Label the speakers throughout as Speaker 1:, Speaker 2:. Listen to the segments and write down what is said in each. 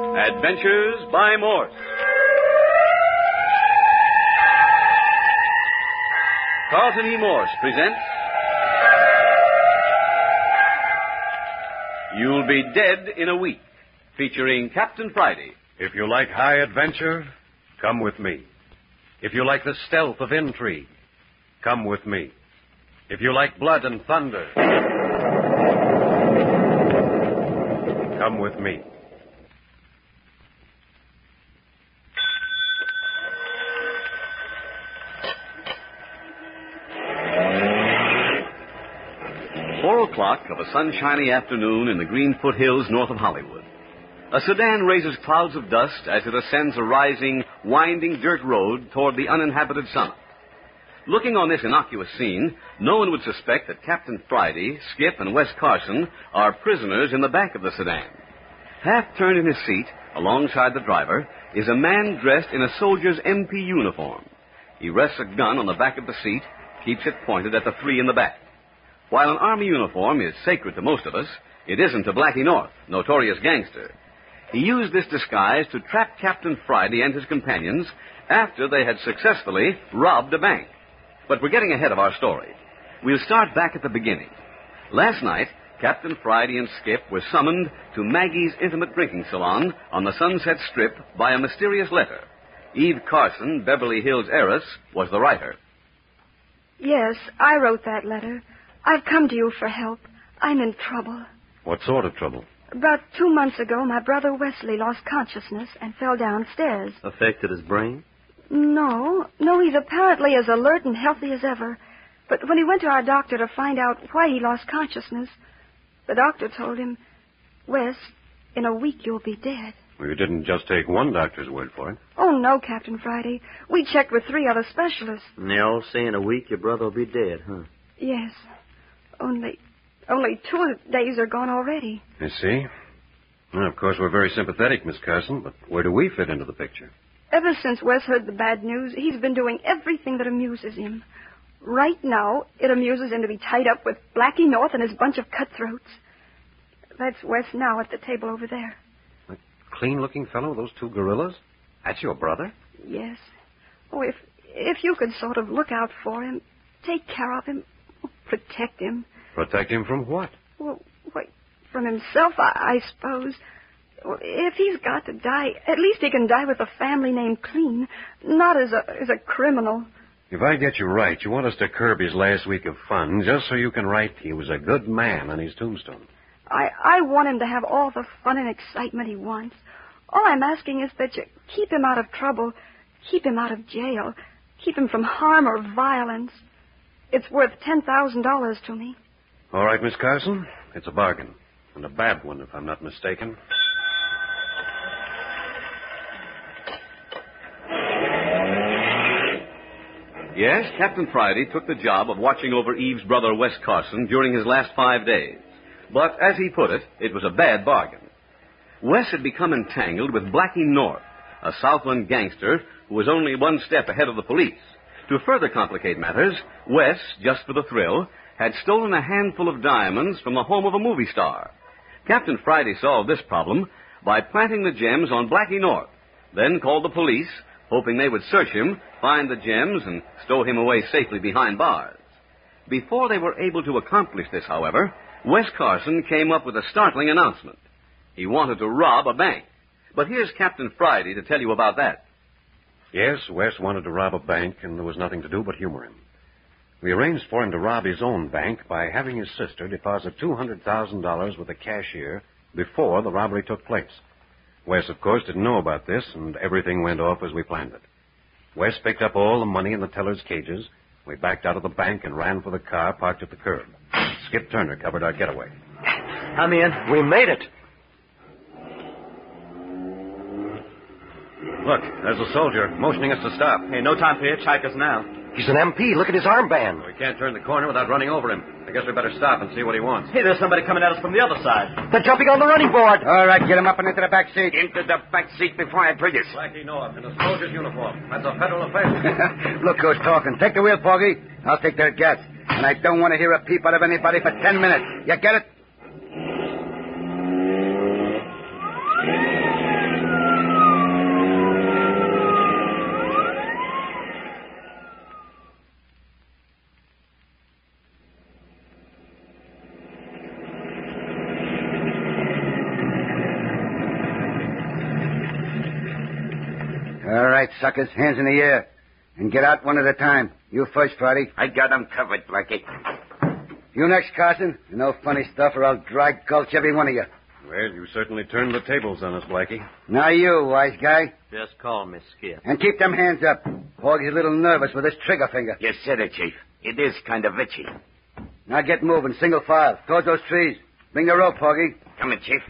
Speaker 1: Adventures by Morse. Carlton E. Morse presents. You'll be dead in a week, featuring Captain Friday.
Speaker 2: If you like high adventure, come with me. If you like the stealth of intrigue, come with me. If you like blood and thunder, come with me.
Speaker 1: Four o'clock of a sunshiny afternoon in the green foothills north of Hollywood. A sedan raises clouds of dust as it ascends a rising, winding dirt road toward the uninhabited summit. Looking on this innocuous scene, no one would suspect that Captain Friday, Skip, and Wes Carson are prisoners in the back of the sedan. Half turned in his seat, alongside the driver, is a man dressed in a soldier's MP uniform. He rests a gun on the back of the seat, keeps it pointed at the three in the back. While an Army uniform is sacred to most of us, it isn't to Blackie North, notorious gangster. He used this disguise to trap Captain Friday and his companions after they had successfully robbed a bank. But we're getting ahead of our story. We'll start back at the beginning. Last night, Captain Friday and Skip were summoned to Maggie's intimate drinking salon on the Sunset Strip by a mysterious letter. Eve Carson, Beverly Hills heiress, was the writer.
Speaker 3: Yes, I wrote that letter. I've come to you for help. I'm in trouble.
Speaker 2: What sort of trouble?
Speaker 3: About two months ago, my brother Wesley lost consciousness and fell downstairs.
Speaker 4: Affected his brain?
Speaker 3: No, no, he's apparently as alert and healthy as ever. But when he went to our doctor to find out why he lost consciousness, the doctor told him, Wes, in a week you'll be dead.
Speaker 2: Well, you didn't just take one doctor's word for it.
Speaker 3: Oh, no, Captain Friday. We checked with three other specialists.
Speaker 4: And they all say in a week your brother will be dead, huh?
Speaker 3: Yes, only, only two days are gone already.
Speaker 2: I see. Well, of course, we're very sympathetic, Miss Carson, but where do we fit into the picture?
Speaker 3: Ever since Wes heard the bad news, he's been doing everything that amuses him. Right now, it amuses him to be tied up with Blackie North and his bunch of cutthroats. That's Wes now at the table over there.
Speaker 2: Clean looking fellow, those two gorillas? That's your brother?
Speaker 3: Yes. Oh, if if you could sort of look out for him, take care of him, protect him.
Speaker 2: Protect him from what?
Speaker 3: Well, wait, from himself, I, I suppose. Well, If he's got to die, at least he can die with a family name clean, not as a as a criminal.
Speaker 2: If I get you right, you want us to curb his last week of fun just so you can write he was a good man on his tombstone.
Speaker 3: I, I want him to have all the fun and excitement he wants. All I'm asking is that you keep him out of trouble, keep him out of jail, keep him from harm or violence. It's worth $10,000 to me.
Speaker 2: All right, Miss Carson. It's a bargain. And a bad one, if I'm not mistaken.
Speaker 1: Yes, Captain Friday took the job of watching over Eve's brother Wes Carson during his last five days. But as he put it, it was a bad bargain. Wes had become entangled with Blackie North, a Southland gangster who was only one step ahead of the police. To further complicate matters, Wes, just for the thrill, had stolen a handful of diamonds from the home of a movie star. Captain Friday solved this problem by planting the gems on Blackie North, then called the police, hoping they would search him, find the gems, and stow him away safely behind bars. Before they were able to accomplish this, however, Wes Carson came up with a startling announcement. He wanted to rob a bank. But here's Captain Friday to tell you about that.
Speaker 2: Yes, Wes wanted to rob a bank, and there was nothing to do but humor him. We arranged for him to rob his own bank by having his sister deposit $200,000 with the cashier before the robbery took place. Wes, of course, didn't know about this, and everything went off as we planned it. Wes picked up all the money in the teller's cages. We backed out of the bank and ran for the car parked at the curb. Skip Turner covered our getaway.
Speaker 4: Come in. We made it.
Speaker 2: Look, there's a soldier motioning us to stop.
Speaker 5: Hey, no time for hitchhikers now.
Speaker 4: He's an MP. Look at his armband.
Speaker 2: We can't turn the corner without running over him. I guess we better stop and see what he wants.
Speaker 5: Hey, there's somebody coming at us from the other side.
Speaker 4: They're jumping on the running board.
Speaker 6: All right, get him up and into the back seat. Into the back seat before I trigger.
Speaker 2: Blackie North in a soldier's uniform. That's a federal offense.
Speaker 6: Look who's talking. Take the wheel, Porgy. I'll take their gas. And I don't want to hear a peep out of anybody for ten minutes. You get it? suckers, hands in the air. And get out one at a time. You first, Friday.
Speaker 1: I got 'em covered, Blackie.
Speaker 6: You next, Carson. No funny stuff, or I'll dry gulch every one of you.
Speaker 2: Well, you certainly turned the tables on us, Blackie.
Speaker 6: Now you, wise guy.
Speaker 7: Just call me Skip.
Speaker 6: And keep them hands up. Porgy's a little nervous with his trigger finger.
Speaker 1: You said it, Chief. It is kind of itchy.
Speaker 6: Now get moving, single file, towards those trees. Bring the rope, Porgy.
Speaker 1: Come in, Chief.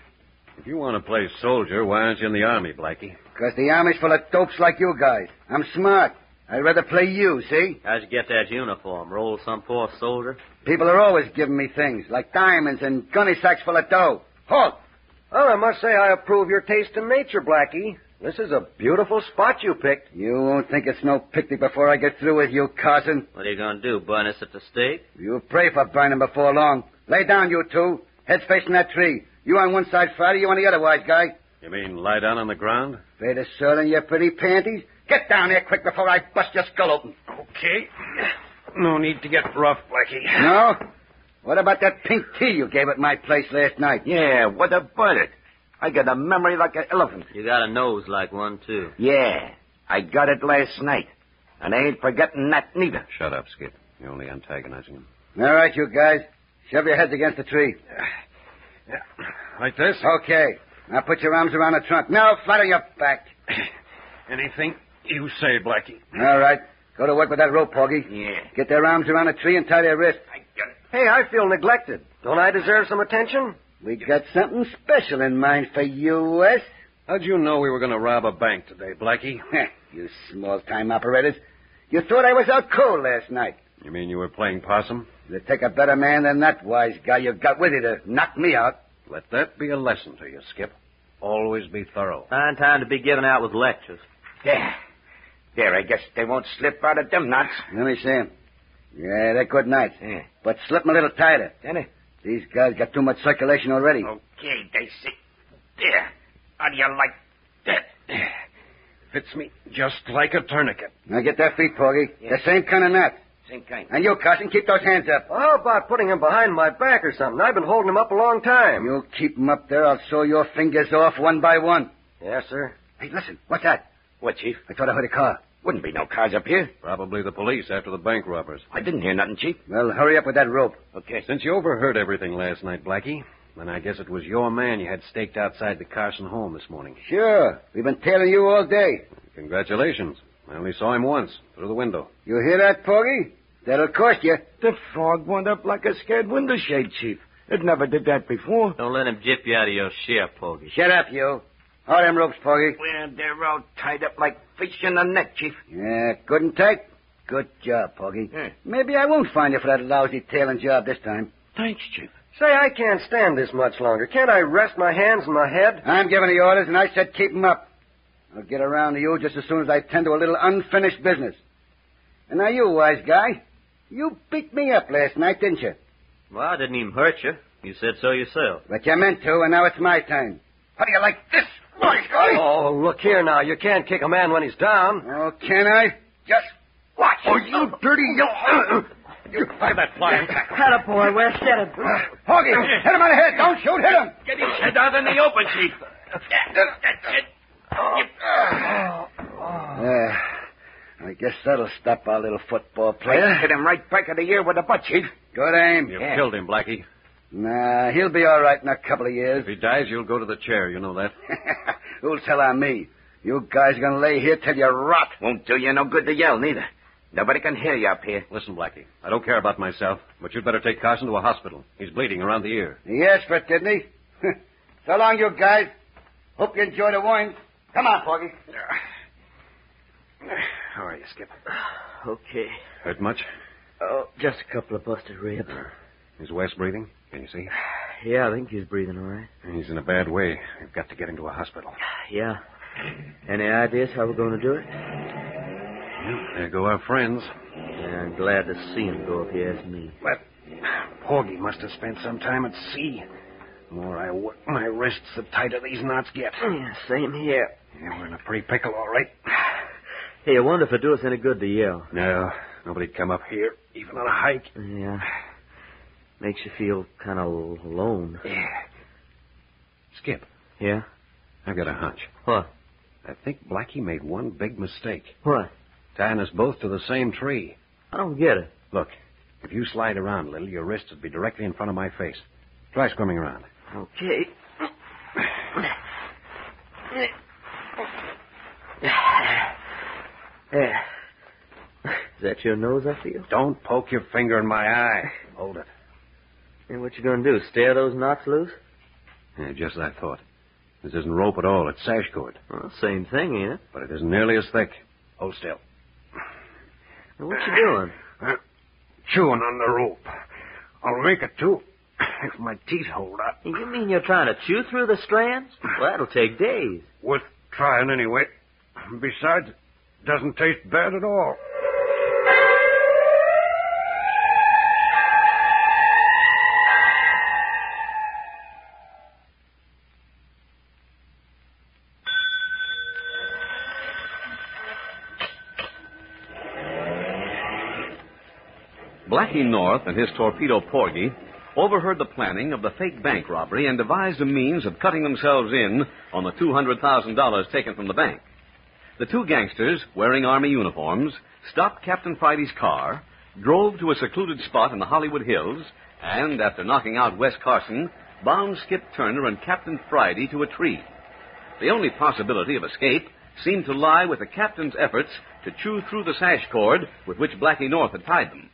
Speaker 2: If you want to play soldier, why aren't you in the army, Blackie?
Speaker 6: Because the army's full of dopes like you guys. I'm smart. I'd rather play you, see?
Speaker 7: How'd you get that uniform? Roll some poor soldier?
Speaker 6: People are always giving me things, like diamonds and gunny sacks full of dough. Halt!
Speaker 7: Well, I must say I approve your taste in nature, Blackie. This is a beautiful spot you picked.
Speaker 6: You won't think it's no picnic before I get through with you, Carson.
Speaker 7: What are you going to do, burn us at the stake?
Speaker 6: You'll pray for burning before long. Lay down, you two. Heads facing that tree. You on one side, Friday. You on the other, wise guy.
Speaker 2: You mean lie down on the ground?
Speaker 6: Afraid of soiling your pretty panties? Get down there quick before I bust your skull open.
Speaker 2: Okay. No need to get rough, Blackie.
Speaker 6: No? What about that pink tea you gave at my place last night?
Speaker 1: Yeah, what about it? I got a memory like an elephant.
Speaker 7: You got a nose like one, too.
Speaker 1: Yeah, I got it last night. And I ain't forgetting that neither.
Speaker 2: Shut up, Skip. You're only antagonizing him.
Speaker 6: All right, you guys. Shove your heads against the tree.
Speaker 2: Like this?
Speaker 6: Okay. Now put your arms around the trunk. Now flat on your back.
Speaker 2: Anything you say, Blackie.
Speaker 6: All right. Go to work with that rope, Porgy.
Speaker 1: Yeah.
Speaker 6: Get their arms around the tree and tie their wrists.
Speaker 1: I got it.
Speaker 7: Hey, I feel neglected. Don't I deserve some attention?
Speaker 6: We got something special in mind for you, Wes.
Speaker 2: How'd you know we were going to rob a bank today, Blackie?
Speaker 6: Heh, you small-time operators. You thought I was out cold last night.
Speaker 2: You mean you were playing possum?
Speaker 6: It'd take a better man than that wise guy you got with you to knock me out.
Speaker 2: Let that be a lesson to you, Skip. Always be thorough.
Speaker 7: Fine time to be giving out with lectures.
Speaker 1: There. There, I guess they won't slip out of them knots.
Speaker 6: Let me see him. Yeah, they're good nights.
Speaker 1: Yeah.
Speaker 6: But slip 'em a little tighter.
Speaker 1: Danny.
Speaker 6: These guys got too much circulation already.
Speaker 7: Oh.
Speaker 1: Okay, they see. There. How do you like that?
Speaker 2: Fits me just like a tourniquet.
Speaker 6: Now get their feet, Porgy.
Speaker 1: Yeah.
Speaker 6: The same kind of knot.
Speaker 1: Same kind.
Speaker 6: And you, Carson, keep those hands up.
Speaker 7: Well, how about putting him behind my back or something? I've been holding him up a long time.
Speaker 6: You keep 'em up there, I'll saw your fingers off one by one.
Speaker 7: Yes, sir.
Speaker 6: Hey, listen, what's that?
Speaker 1: What, Chief?
Speaker 6: I thought I heard a car.
Speaker 1: Wouldn't be no cars up here.
Speaker 2: Probably the police after the bank robbers.
Speaker 1: I didn't hear nothing, Chief.
Speaker 6: Well, hurry up with that rope.
Speaker 1: Okay.
Speaker 2: Since you overheard everything last night, Blackie, then I guess it was your man you had staked outside the Carson home this morning.
Speaker 6: Sure. We've been tailing you all day.
Speaker 2: Congratulations. I only saw him once, through the window.
Speaker 6: You hear that, Porgy? That'll cost you.
Speaker 1: The frog went up like a scared window shade, Chief. It never did that before.
Speaker 7: Don't let him jip you out of your share, Poggy.
Speaker 6: Shut up, you. Hold them ropes, Porgy.
Speaker 1: Well, they're all tied up like fish in a net, Chief.
Speaker 6: Yeah, good and tight. Good job, Porgy.
Speaker 1: Yeah.
Speaker 6: Maybe I won't find you for that lousy tailing job this time.
Speaker 1: Thanks, Chief.
Speaker 7: Say, I can't stand this much longer. Can't I rest my hands and my head?
Speaker 6: I'm giving the orders, and I said keep 'em up. I'll get around to you just as soon as I tend to a little unfinished business. And now you, wise guy, you beat me up last night, didn't you?
Speaker 7: Well, I didn't even hurt you. You said so yourself.
Speaker 6: But you meant to, and now it's my time. How do you like this, wise guy?
Speaker 7: Oh, look here now. You can't kick a man when he's down.
Speaker 6: Oh, can I? Just watch. Oh, you dirty you. You buy that flying
Speaker 8: Hello, boy. Wes. Get him.
Speaker 6: Uh, Hoggy, hit him on the head. Don't shoot. Hit him.
Speaker 1: Get his head out in the open, Chief.
Speaker 6: Yeah. Uh, I guess that'll stop our little football
Speaker 1: Player
Speaker 6: player.
Speaker 1: hit him right back of the ear with a butt, Chief.
Speaker 6: Good aim.
Speaker 2: You've killed him, Blackie.
Speaker 6: Nah, he'll be all right in a couple of
Speaker 2: If
Speaker 6: years.
Speaker 2: he dies, you'll go to the chair. You know that.
Speaker 6: Who'll tell on me? You guys are gonna lay here till you rot.
Speaker 1: Won't do you no good to yell, neither. Nobody can hear you up here.
Speaker 2: Listen, Blackie. I don't care about myself, but you'd better take Carson to a hospital. He's bleeding around the ear.
Speaker 6: He asked for it, didn't he? so long, you guys. Hope you enjoy the wine. Come on, Porgy.
Speaker 2: How are you, Skip?
Speaker 7: Okay.
Speaker 2: Hurt much?
Speaker 7: Oh, just a couple of busted ribs.
Speaker 2: Is Wes breathing? Can you see?
Speaker 7: Yeah, I think he's breathing all right.
Speaker 2: He's in a bad way. We've got to get him to a hospital.
Speaker 7: Yeah. Any ideas how we're going to do it?
Speaker 2: Well, there go our friends.
Speaker 7: I'm glad to see him go if you ask me.
Speaker 2: But Porgy must have spent some time at sea. The more I work my wrists, the tighter these knots get.
Speaker 7: Yeah, same here.
Speaker 2: Yeah, we're in a pretty pickle, all right.
Speaker 7: Hey, I wonder if it do us any good to yell.
Speaker 2: No, nobody'd come up here, even on a hike.
Speaker 7: Yeah. Makes you feel kind of alone.
Speaker 2: Yeah. Skip,
Speaker 7: Yeah?
Speaker 2: I've got a hunch.
Speaker 7: What?
Speaker 2: I think Blackie made one big mistake,
Speaker 7: What?
Speaker 2: tying us both to the same tree.
Speaker 7: I don't get it.
Speaker 2: Look, if you slide around a little, your wrist would be directly in front of my face. Try squirming around.
Speaker 7: Okay. There. Eh. Is that your nose I feel?
Speaker 2: Don't poke your finger in my eye. Hold it.
Speaker 7: And what you gonna do? Stare those knots loose?
Speaker 2: Yeah, just as I thought. This isn't rope at all. It's sash cord,
Speaker 7: Well, same thing, ain't it?
Speaker 2: but it isn't nearly as thick. Hold still.
Speaker 7: Now, what you doing?
Speaker 2: Chewing on the rope. I'll make it too if my teeth hold up.
Speaker 7: You mean you're trying to chew through the strands? Well, that'll take days.
Speaker 2: Worth trying anyway. Besides, it doesn't taste bad at all.
Speaker 1: Blackie North and his torpedo Porgy overheard the planning of the fake bank robbery and devised a means of cutting themselves in on the $200,000 taken from the bank. The two gangsters, wearing Army uniforms, stopped Captain Friday's car, drove to a secluded spot in the Hollywood Hills, and, after knocking out Wes Carson, bound Skip Turner and Captain Friday to a tree. The only possibility of escape seemed to lie with the captain's efforts to chew through the sash cord with which Blackie North had tied them.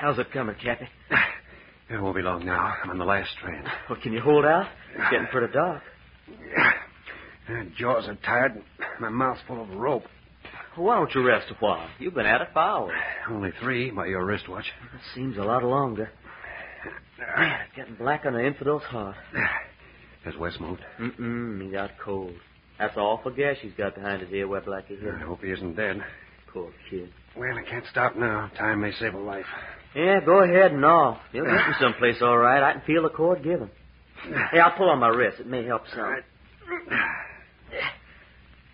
Speaker 7: How's it coming, Cappy?
Speaker 2: It won't be long now. I'm on the last strand.
Speaker 7: Well, can you hold out? It's getting pretty dark.
Speaker 2: My jaws are tired. and My mouth's full of rope.
Speaker 7: Well, why don't you rest a while? You've been at it for hours.
Speaker 2: Only three by your wristwatch.
Speaker 7: That seems a lot longer. Man, it's getting black on the infidel's heart.
Speaker 2: Has Wes moved?
Speaker 7: Mm-mm, he got cold. That's awful gas he's got behind his ear where Blackie hit
Speaker 2: I
Speaker 7: him.
Speaker 2: hope he isn't dead.
Speaker 7: Poor kid.
Speaker 2: Well, I can't stop now. Time may save a life.
Speaker 7: Yeah, go ahead and all. You'll get me someplace all right. I can feel the cord giving. Hey, I'll pull on my wrist. It may help some.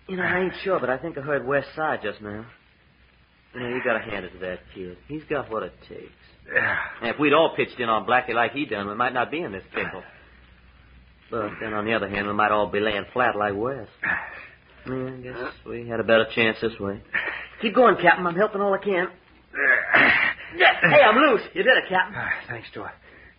Speaker 7: You know, I ain't sure, but I think I heard West Side just now. You know, you gotta hand it to that kid. He's got what it takes. And if we'd all pitched in on Blackie like he done, we might not be in this pickle. But then on the other hand, we might all be laying flat like West. Yeah, I guess we had a better chance this way. Keep going, Captain. I'm helping all I can. Hey, I'm loose. You did it, Captain.
Speaker 2: Ah, thanks to a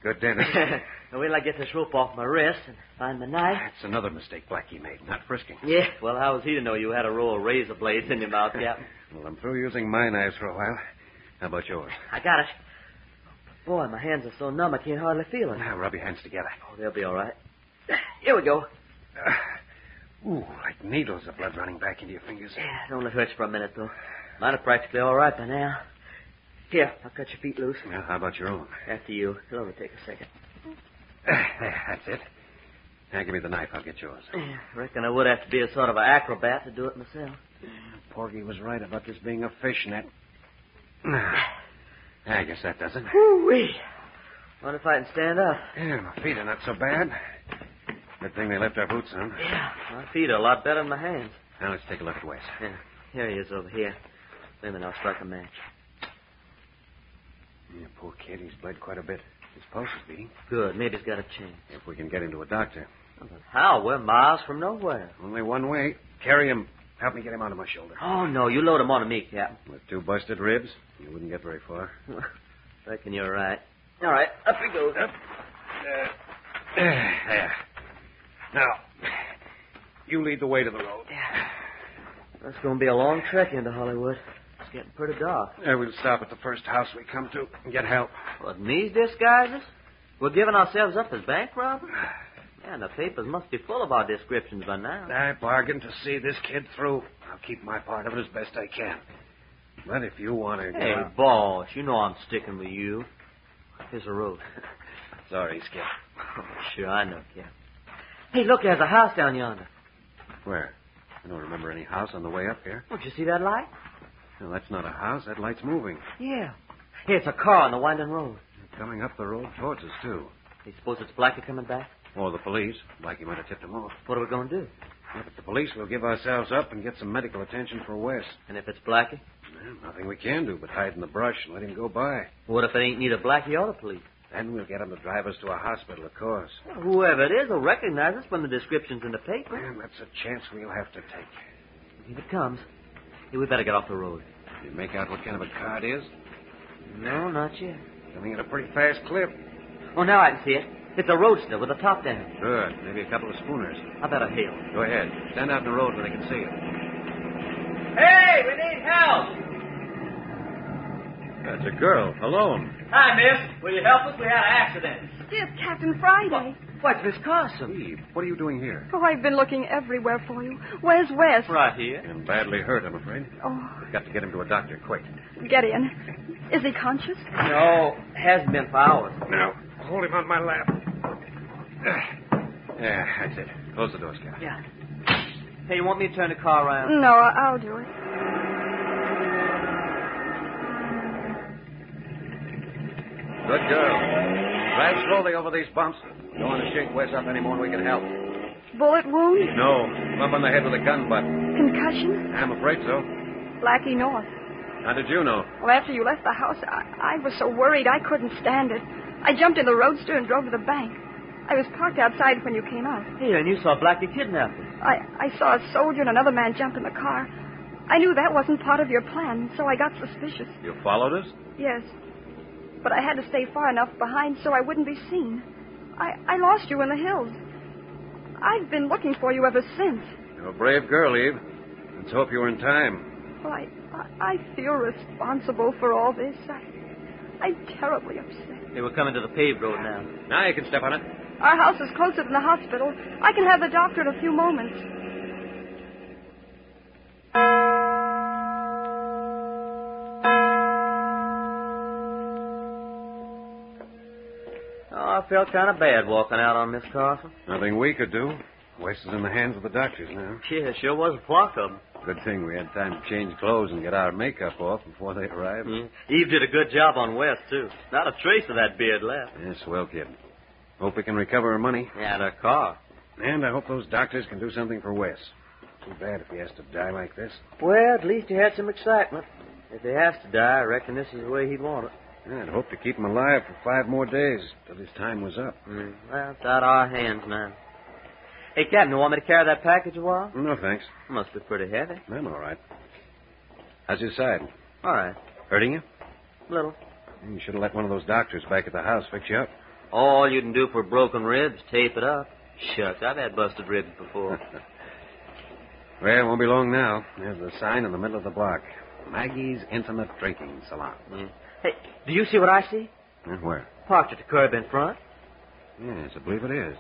Speaker 2: good dinner.
Speaker 7: now wait till I get this rope off my wrist and find the knife.
Speaker 2: That's another mistake Blackie made, not frisking.
Speaker 7: Yeah, well, how was he to know you had a row of razor blades in your mouth, Captain?
Speaker 2: Well, I'm through using my knives for a while. How about yours?
Speaker 7: I got it. Boy, my hands are so numb I can't hardly feel it.
Speaker 2: Now rub your hands together.
Speaker 7: Oh, they'll be all right. Here we go.
Speaker 2: Ooh, like needles of blood running back into your fingers.
Speaker 7: Yeah, it only hurts for a minute, though. Mine are practically all right by now. Here, I'll cut your feet loose.
Speaker 2: Now, how about your own?
Speaker 7: After you. It'll only take a second.
Speaker 2: There, That's it. Now give me the knife. I'll get yours.
Speaker 7: Yeah, reckon I would have to be a sort of an acrobat to do it myself.
Speaker 2: Porgy was right about this being a fishnet. Now, I guess that does it.
Speaker 7: Woo-wee. Wonder if I can stand up.
Speaker 2: Yeah, my feet are not so bad. Good thing they left our boots on.
Speaker 7: Yeah, my feet are a lot better than my hands.
Speaker 2: Now let's take a look at Wes.
Speaker 7: Yeah, here he is over here. Wait a minute, I'll strike a match.
Speaker 2: Yeah, poor kid. He's bled quite a bit. His pulse is beating.
Speaker 7: Good, maybe he's got a chance.
Speaker 2: If we can get him to a doctor.
Speaker 7: But how? We're miles from nowhere.
Speaker 2: Only one way. Carry him. Help me get him onto my shoulder.
Speaker 7: Oh, no, you load him onto me, Captain.
Speaker 2: With two busted ribs, you wouldn't get very far. Uh,
Speaker 7: Reckon you're right. All right, up he goes. Up.
Speaker 2: There. Now, you lead the way to the road.
Speaker 7: That's going to be a long trek into Hollywood. It's getting pretty dark.
Speaker 2: Yeah, Uh, we'll stop at the first house we come to and get help.
Speaker 7: What, in these disguises? We're giving ourselves up as bank robbers? Man, the papers must be full of our descriptions by now.
Speaker 2: I bargained to see this kid through. I'll keep my part of it as best I can. But if you want to...
Speaker 7: Hey, boss, you know I'm sticking with you. Here's a road.
Speaker 2: Sorry, Skip.
Speaker 7: sure, I know, Captain. Hey, look, there's a house down yonder.
Speaker 2: Where? I don't remember any house on the way up here.
Speaker 7: Don't you see that light?
Speaker 2: No, that's not a house. That light's moving.
Speaker 7: Yeah. Hey, it's a car on the winding road.
Speaker 2: Coming up the road towards us, too.
Speaker 7: You suppose it's Blackie coming back?
Speaker 2: Or the police. Like you might have tipped them off.
Speaker 7: What are we going to do?
Speaker 2: Yeah, but the police will give ourselves up and get some medical attention for Wes.
Speaker 7: And if it's Blackie?
Speaker 2: Well, nothing we can do but hide in the brush and let him go by.
Speaker 7: What if it ain't neither Blackie or the police?
Speaker 2: Then we'll get him to drive us to a hospital, of course.
Speaker 7: Well, whoever it is will recognize us from the descriptions in the paper.
Speaker 2: And that's a chance we'll have to take.
Speaker 7: If it comes. Hey, we better get off the road.
Speaker 2: You make out what kind of a car it is?
Speaker 7: No, not yet.
Speaker 2: Coming at a pretty fast clip.
Speaker 7: Oh, now I can see it. It's a roadster with the top down.
Speaker 2: Good. Maybe a couple of spooners.
Speaker 7: I better hail.
Speaker 2: Go ahead. Stand out in the road where they can see it.
Speaker 5: Hey, we need help.
Speaker 2: That's a girl, alone.
Speaker 5: Hi, miss. Will you help us? We had an accident.
Speaker 3: It's Captain Friday.
Speaker 7: What's Miss Carson?
Speaker 2: Eve, what are you doing here?
Speaker 3: Oh, I've been looking everywhere for you. Where's Wes?
Speaker 5: Right here.
Speaker 2: And badly hurt, I'm afraid.
Speaker 3: Oh,
Speaker 2: Got to get him to a doctor, quick.
Speaker 3: get in. Is he conscious?
Speaker 7: No, hasn't been for hours.
Speaker 2: Now, hold him on my lap. Yeah, that's it. Close the door, Scout.
Speaker 7: Yeah. Hey, you want me to turn the car around?
Speaker 3: No, I- I'll do it.
Speaker 2: Good girl. Drive slowly over these bumps. Don't want to shake Wes up any more than we can help.
Speaker 3: Bullet wound?
Speaker 2: No, bump on the head with a gun butt.
Speaker 3: Concussion?
Speaker 2: I'm afraid so.
Speaker 3: Blackie North.
Speaker 2: How did you know?
Speaker 3: Well, after you left the house, I, I was so worried I couldn't stand it. I jumped in the roadster and drove to the bank. I was parked outside when you came out.
Speaker 7: Hey, and you saw Blackie kidnapped us.
Speaker 3: I, I saw a soldier and another man jump in the car. I knew that wasn't part of your plan, so I got suspicious.
Speaker 2: You followed us?
Speaker 3: Yes. But I had to stay far enough behind so I wouldn't be seen. I, I lost you in the hills. I've been looking for you ever since.
Speaker 2: You're a brave girl, Eve. Let's hope you were in time.
Speaker 3: Well, I, I, I feel responsible for all this. I, I'm terribly upset.
Speaker 7: Hey, we're coming to the paved road now.
Speaker 2: Now you can step on it.
Speaker 3: Our house is closer than the hospital. I can have the doctor in a few moments.
Speaker 7: Oh, I felt kind of bad walking out on Miss Carson.
Speaker 2: Nothing we could do. Wes is in the hands of the doctors now.
Speaker 7: Yeah, sure was a flock of 'em.
Speaker 2: Good thing we had time to change clothes and get our makeup off before they arrived.
Speaker 7: Eve Hmm? did a good job on West, too. Not a trace of that beard left.
Speaker 2: Yes, well, kid. Hope we can recover her money.
Speaker 7: Yeah, the car.
Speaker 2: And I hope those doctors can do something for Wes. Too bad if he has to die like this.
Speaker 7: Well, at least he had some excitement. If he has to die, I reckon this is the way he'd want it.
Speaker 2: I'd hope to keep him alive for five more days till his time was up.
Speaker 7: Mm, well, it's out of our hands now. Hey, Captain, you want me to carry that package a while?
Speaker 2: No, thanks.
Speaker 7: Must be pretty heavy.
Speaker 2: I'm all right. How's your side?
Speaker 7: All right,
Speaker 2: Hurting you?
Speaker 7: little.
Speaker 2: You should have let one of those doctors back at the house fix you up.
Speaker 7: All you can do for broken ribs, tape it up. Shucks, I've had busted ribs before.
Speaker 2: Well, it won't be long now. There's the sign in the middle of the block. Maggie's Intimate Drinking Salon.
Speaker 7: Mm. Hey, do you see what I see?
Speaker 2: Uh, Where?
Speaker 7: Parked at the curb in front.
Speaker 2: Yes, I believe it is.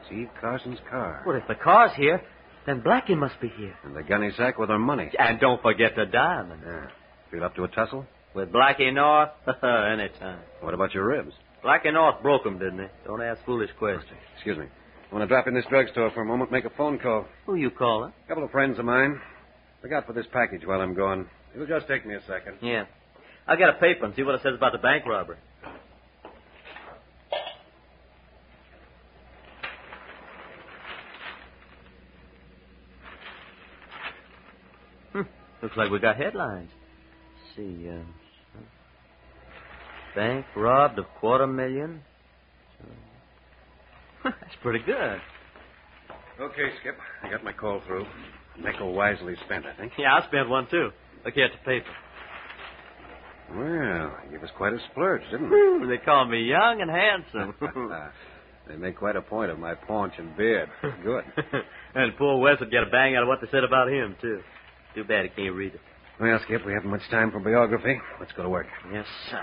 Speaker 2: It's Eve Carson's car.
Speaker 7: Well, if the car's here, then Blackie must be here.
Speaker 2: And the gunny sack with her money.
Speaker 7: And don't forget the diamond.
Speaker 2: Yeah. Feel up to a tussle?
Speaker 7: With Blackie North, anytime.
Speaker 2: What about your ribs?
Speaker 7: Blackie North broke him, didn't he? Don't ask foolish questions.
Speaker 2: Excuse me. I want to drop in this drugstore for a moment, make a phone call.
Speaker 7: Who you calling?
Speaker 2: A couple of friends of mine. Look out for this package while I'm gone. It'll just take me a second.
Speaker 7: Yeah. I'll get a paper and see what it says about the bank robbery. Hmm. Looks like we got headlines. see, uh, bank robbed of quarter million. That's pretty good.
Speaker 2: Okay, Skip. I got my call through. Nickel wisely spent, I think.
Speaker 7: Yeah, I spent one too. Look here at the paper.
Speaker 2: Well, you gave us quite a splurge, didn't
Speaker 7: Whew, they call me young and handsome.
Speaker 2: you? they make quite a point of my paunch and beard. Good.
Speaker 7: and poor Wes would get a bang out of what they said about him, too. Too bad he can't read it.
Speaker 2: Well, Skip, we haven't much time for biography. Let's go to work.
Speaker 7: Yes, sir.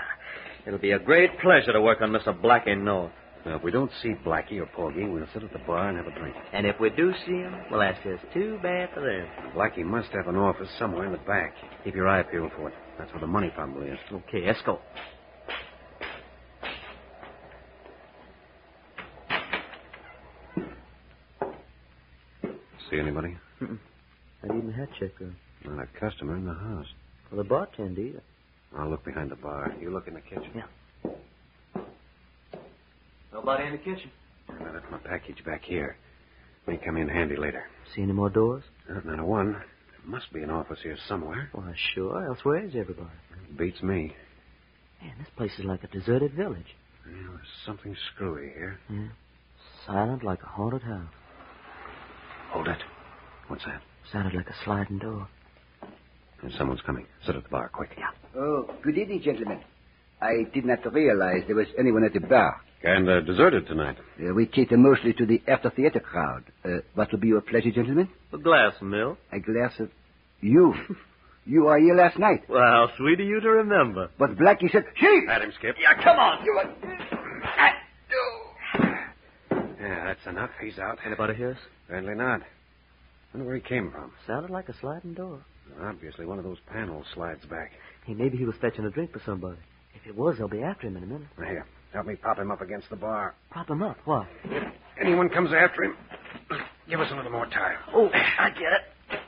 Speaker 7: It'll be a great pleasure to work on Mr. Blackie North.
Speaker 2: Now, if we don't see Blackie or Porgy, we'll sit at the bar and have a drink.
Speaker 7: And if we do see him, well, that's just too bad for them.
Speaker 2: Blackie must have an office somewhere in the back. Keep your eye peeled for it. That's where the money probably is.
Speaker 7: Okay, let's go.
Speaker 2: See anybody?
Speaker 7: I even had checker
Speaker 2: Not a customer in the house.
Speaker 7: for the bartender either.
Speaker 2: I'll look behind the bar. You look in the kitchen.
Speaker 7: Yeah. Nobody in the kitchen.
Speaker 2: And I left my package back here. May come in handy later.
Speaker 7: See any more doors?
Speaker 2: Uh, not a one. There must be an office here somewhere.
Speaker 7: Why, sure. Else where is everybody?
Speaker 2: Beats me.
Speaker 7: Man, this place is like a deserted village.
Speaker 2: there's something screwy here.
Speaker 7: Silent like a haunted house.
Speaker 2: Hold it. What's that?
Speaker 7: Sounded like a sliding door.
Speaker 2: There's someone's coming. Sit at the bar, quick. Yeah.
Speaker 6: Oh, good evening, gentlemen. I did not realize there was anyone at the bar.
Speaker 2: And uh, deserted tonight.
Speaker 6: Uh, we cater mostly to the after theater crowd. Uh, what will be your pleasure, gentlemen?
Speaker 7: A glass of milk.
Speaker 6: A glass of. You. you are here last night.
Speaker 7: Well, how sweet of you to remember.
Speaker 6: But Blackie said, Sheep!
Speaker 2: At him, Skip.
Speaker 6: Yeah, come on. You are...
Speaker 2: Yeah, that's enough. He's out.
Speaker 7: Anybody hear us?
Speaker 2: Apparently not. Wonder where he came from.
Speaker 7: Sounded like a sliding door.
Speaker 2: Obviously, one of those panels slides back.
Speaker 7: Hey, maybe he was fetching a drink for somebody. If it was, they'll be after him in a minute.
Speaker 2: Here, help me pop him up against the bar.
Speaker 7: Prop him up. What?
Speaker 2: If anyone comes after him, give us a little more time.
Speaker 7: Oh, I get it.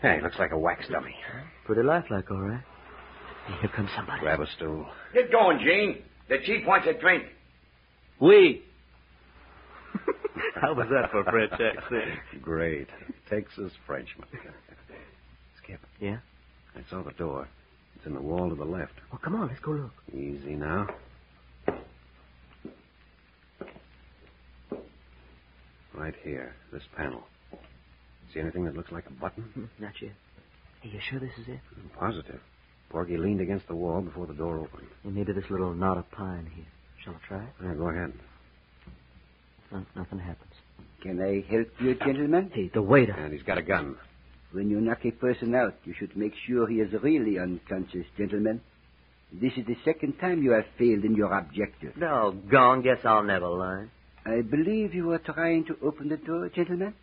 Speaker 2: Hey, looks like a wax dummy.
Speaker 7: Pretty lifelike, all right. Hey, here comes somebody.
Speaker 2: Grab a stool.
Speaker 4: Get going, Gene. The chief wants a drink.
Speaker 7: We. How was that for a French accent?
Speaker 2: Great. Texas Frenchman. Skip,
Speaker 7: Yeah?
Speaker 2: I saw the door. It's in the wall to the left.
Speaker 7: Well, come on, let's go look.
Speaker 2: Easy now. Right here, this panel. See anything that looks like a button?
Speaker 7: Not yet. Hey, you sure this is it?
Speaker 2: I'm positive. Porgy leaned against the wall before the door opened.
Speaker 7: Hey, maybe this little knot of pine here. Shall I try it?
Speaker 2: Yeah, go ahead.
Speaker 7: No, nothing happens.
Speaker 6: Can I help you, gentlemen?
Speaker 7: Hey, the waiter.
Speaker 2: And he's got a gun.
Speaker 6: When you knock a person out, you should make sure he is really unconscious, gentlemen. This is the second time you have failed in your objective.
Speaker 7: No, gone. Guess I'll never learn.
Speaker 6: I believe you are trying to open the door, gentlemen.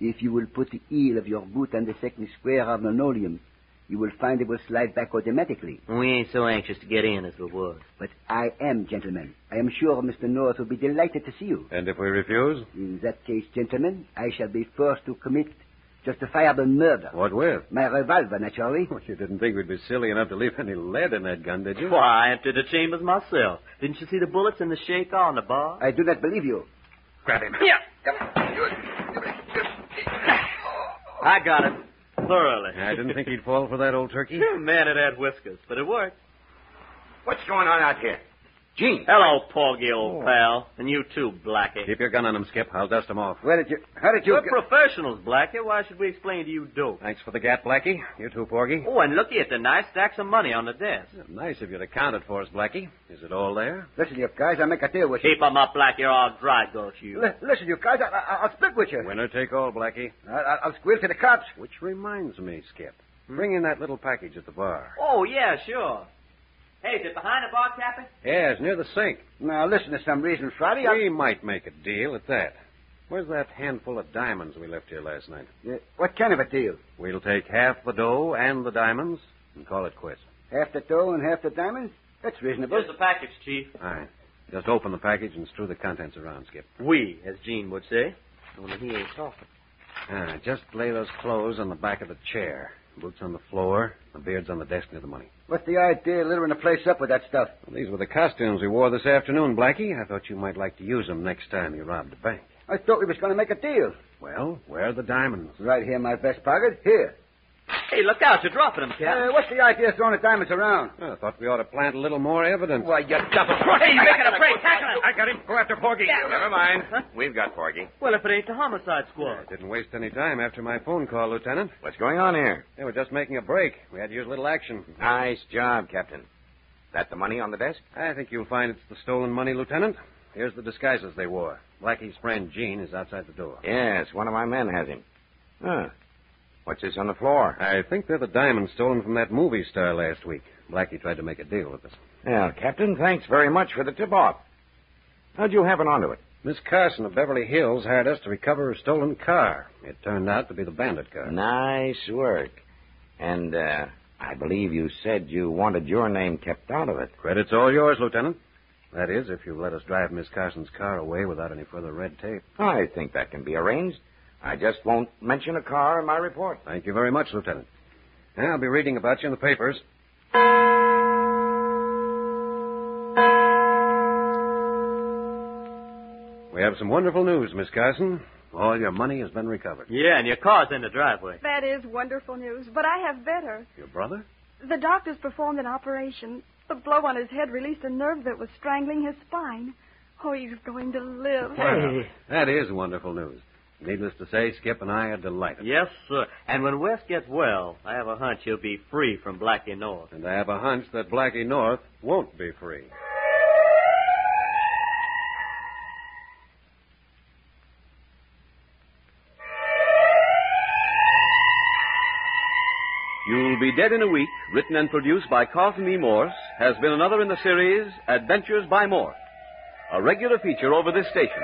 Speaker 6: If you will put the heel of your boot on the second square of linoleum, you will find it will slide back automatically.
Speaker 7: We ain't so anxious to get in as we was.
Speaker 6: But I am, gentlemen. I am sure Mr. North will be delighted to see you.
Speaker 2: And if we refuse?
Speaker 6: In that case, gentlemen, I shall be forced to commit justifiable murder.
Speaker 2: What with?
Speaker 6: My revolver, naturally.
Speaker 2: Well, you didn't think we'd be silly enough to leave any lead in that gun, did you?
Speaker 7: Why, I entered the chambers myself. Didn't you see the bullets and the shake on the bar?
Speaker 6: I do not believe you.
Speaker 2: Grab him.
Speaker 7: I got it. Thoroughly.
Speaker 2: I didn't think he'd fall for that old turkey.
Speaker 7: You're mad at that whiskers, but it worked.
Speaker 4: What's going on out here? Gene.
Speaker 7: Hello, Porgy, old pal. And you too, Blackie.
Speaker 2: Keep your gun on him, Skip. I'll dust him off.
Speaker 6: Where did you... How did you...
Speaker 7: You're
Speaker 6: get-
Speaker 7: professionals, Blackie. Why should we explain to you dope?
Speaker 2: Thanks for the gap, Blackie. You too, Porgy.
Speaker 7: Oh, and looky at the nice stacks of money on the desk.
Speaker 2: Nice if you'd accounted for us, Blackie. Is it all there?
Speaker 6: Listen, you guys, I'll make a deal with you.
Speaker 7: Keep 'em up, Blackie, or I'll dry gulch you.
Speaker 6: Li- listen, you guys, I- I- I'll split with you.
Speaker 2: Winner take all, Blackie.
Speaker 6: I- I- I'll squeal to the cops.
Speaker 2: Which reminds me, Skip. Bring in that little package at the bar.
Speaker 7: Oh, yeah, sure. Hey, is it behind the bar, Captain?
Speaker 2: Yes, near the sink.
Speaker 6: Now, listen, to some reason, Friday, I...
Speaker 2: We might make a deal at that. Where's that handful of diamonds we left here last night?
Speaker 6: Uh, what kind of a deal?
Speaker 2: We'll take half the dough and the diamonds and call it quits.
Speaker 6: Half the dough and half the diamonds? That's reasonable.
Speaker 7: Here's the package, Chief.
Speaker 2: All right. Just open the package and strew the contents around, Skip.
Speaker 7: We, as Gene would say. Only he ain't talking.
Speaker 2: Ah, just lay those clothes on the back of the chair. Boots on the floor, the beard's on the desk near the money.
Speaker 6: What's the idea of littering the place up with that stuff?
Speaker 2: Well, these were the costumes we wore this afternoon, Blackie. I thought you might like to use them next time you robbed a bank.
Speaker 6: I thought we was going to make a deal.
Speaker 2: Well, where are the diamonds?
Speaker 6: Right here in my vest pocket. Here.
Speaker 7: Hey, look out. You're dropping him,
Speaker 6: Uh,
Speaker 7: Captain.
Speaker 6: what's the idea of throwing the diamonds around?
Speaker 2: Well, I thought we ought to plant a little more evidence.
Speaker 6: Why, you double...
Speaker 7: hey, you're making a break. Tackle him.
Speaker 2: I got him. Go after Porgy.
Speaker 4: Never mind. We've got Porgy.
Speaker 7: Well, if it ain't the homicide squad.
Speaker 2: I didn't waste any time after my phone call, Lieutenant.
Speaker 4: What's going on here?
Speaker 2: They were just making a break. We had to use a little action.
Speaker 4: Nice job, Captain. That the money on the desk?
Speaker 2: I think you'll find it's the stolen money, Lieutenant. Here's the disguises they wore. Blackie's friend Gene is outside the door.
Speaker 4: Yes, one of my men has him. Huh. What's this on the floor?
Speaker 2: I think they're the diamonds stolen from that movie star last week. Blackie tried to make a deal with us.
Speaker 4: Well, Captain, thanks very much for the tip off. How'd you happen onto it?
Speaker 2: Miss Carson of Beverly Hills hired us to recover a stolen car. It turned out to be the bandit car.
Speaker 4: Nice work. And, uh, I believe you said you wanted your name kept out of it.
Speaker 2: Credit's all yours, Lieutenant. That is, if you let us drive Miss Carson's car away without any further red tape.
Speaker 4: I think that can be arranged. I just won't mention a car in my report.
Speaker 2: Thank you very much, Lieutenant. I'll be reading about you in the papers. We have some wonderful news, Miss Carson. All your money has been recovered.
Speaker 7: Yeah, and your car's in the driveway.
Speaker 3: That is wonderful news, but I have better.
Speaker 2: Your brother?
Speaker 3: The doctors performed an operation. The blow on his head released a nerve that was strangling his spine. Oh, he's going to live.
Speaker 2: Well, that is wonderful news. Needless to say, Skip and I are delighted.
Speaker 7: Yes, sir. And when Wes gets well, I have a hunch he'll be free from Blackie North.
Speaker 2: And I have a hunch that Blackie North won't be free.
Speaker 1: You'll Be Dead in a Week, written and produced by Carlton E. Morse, has been another in the series Adventures by Morse, a regular feature over this station.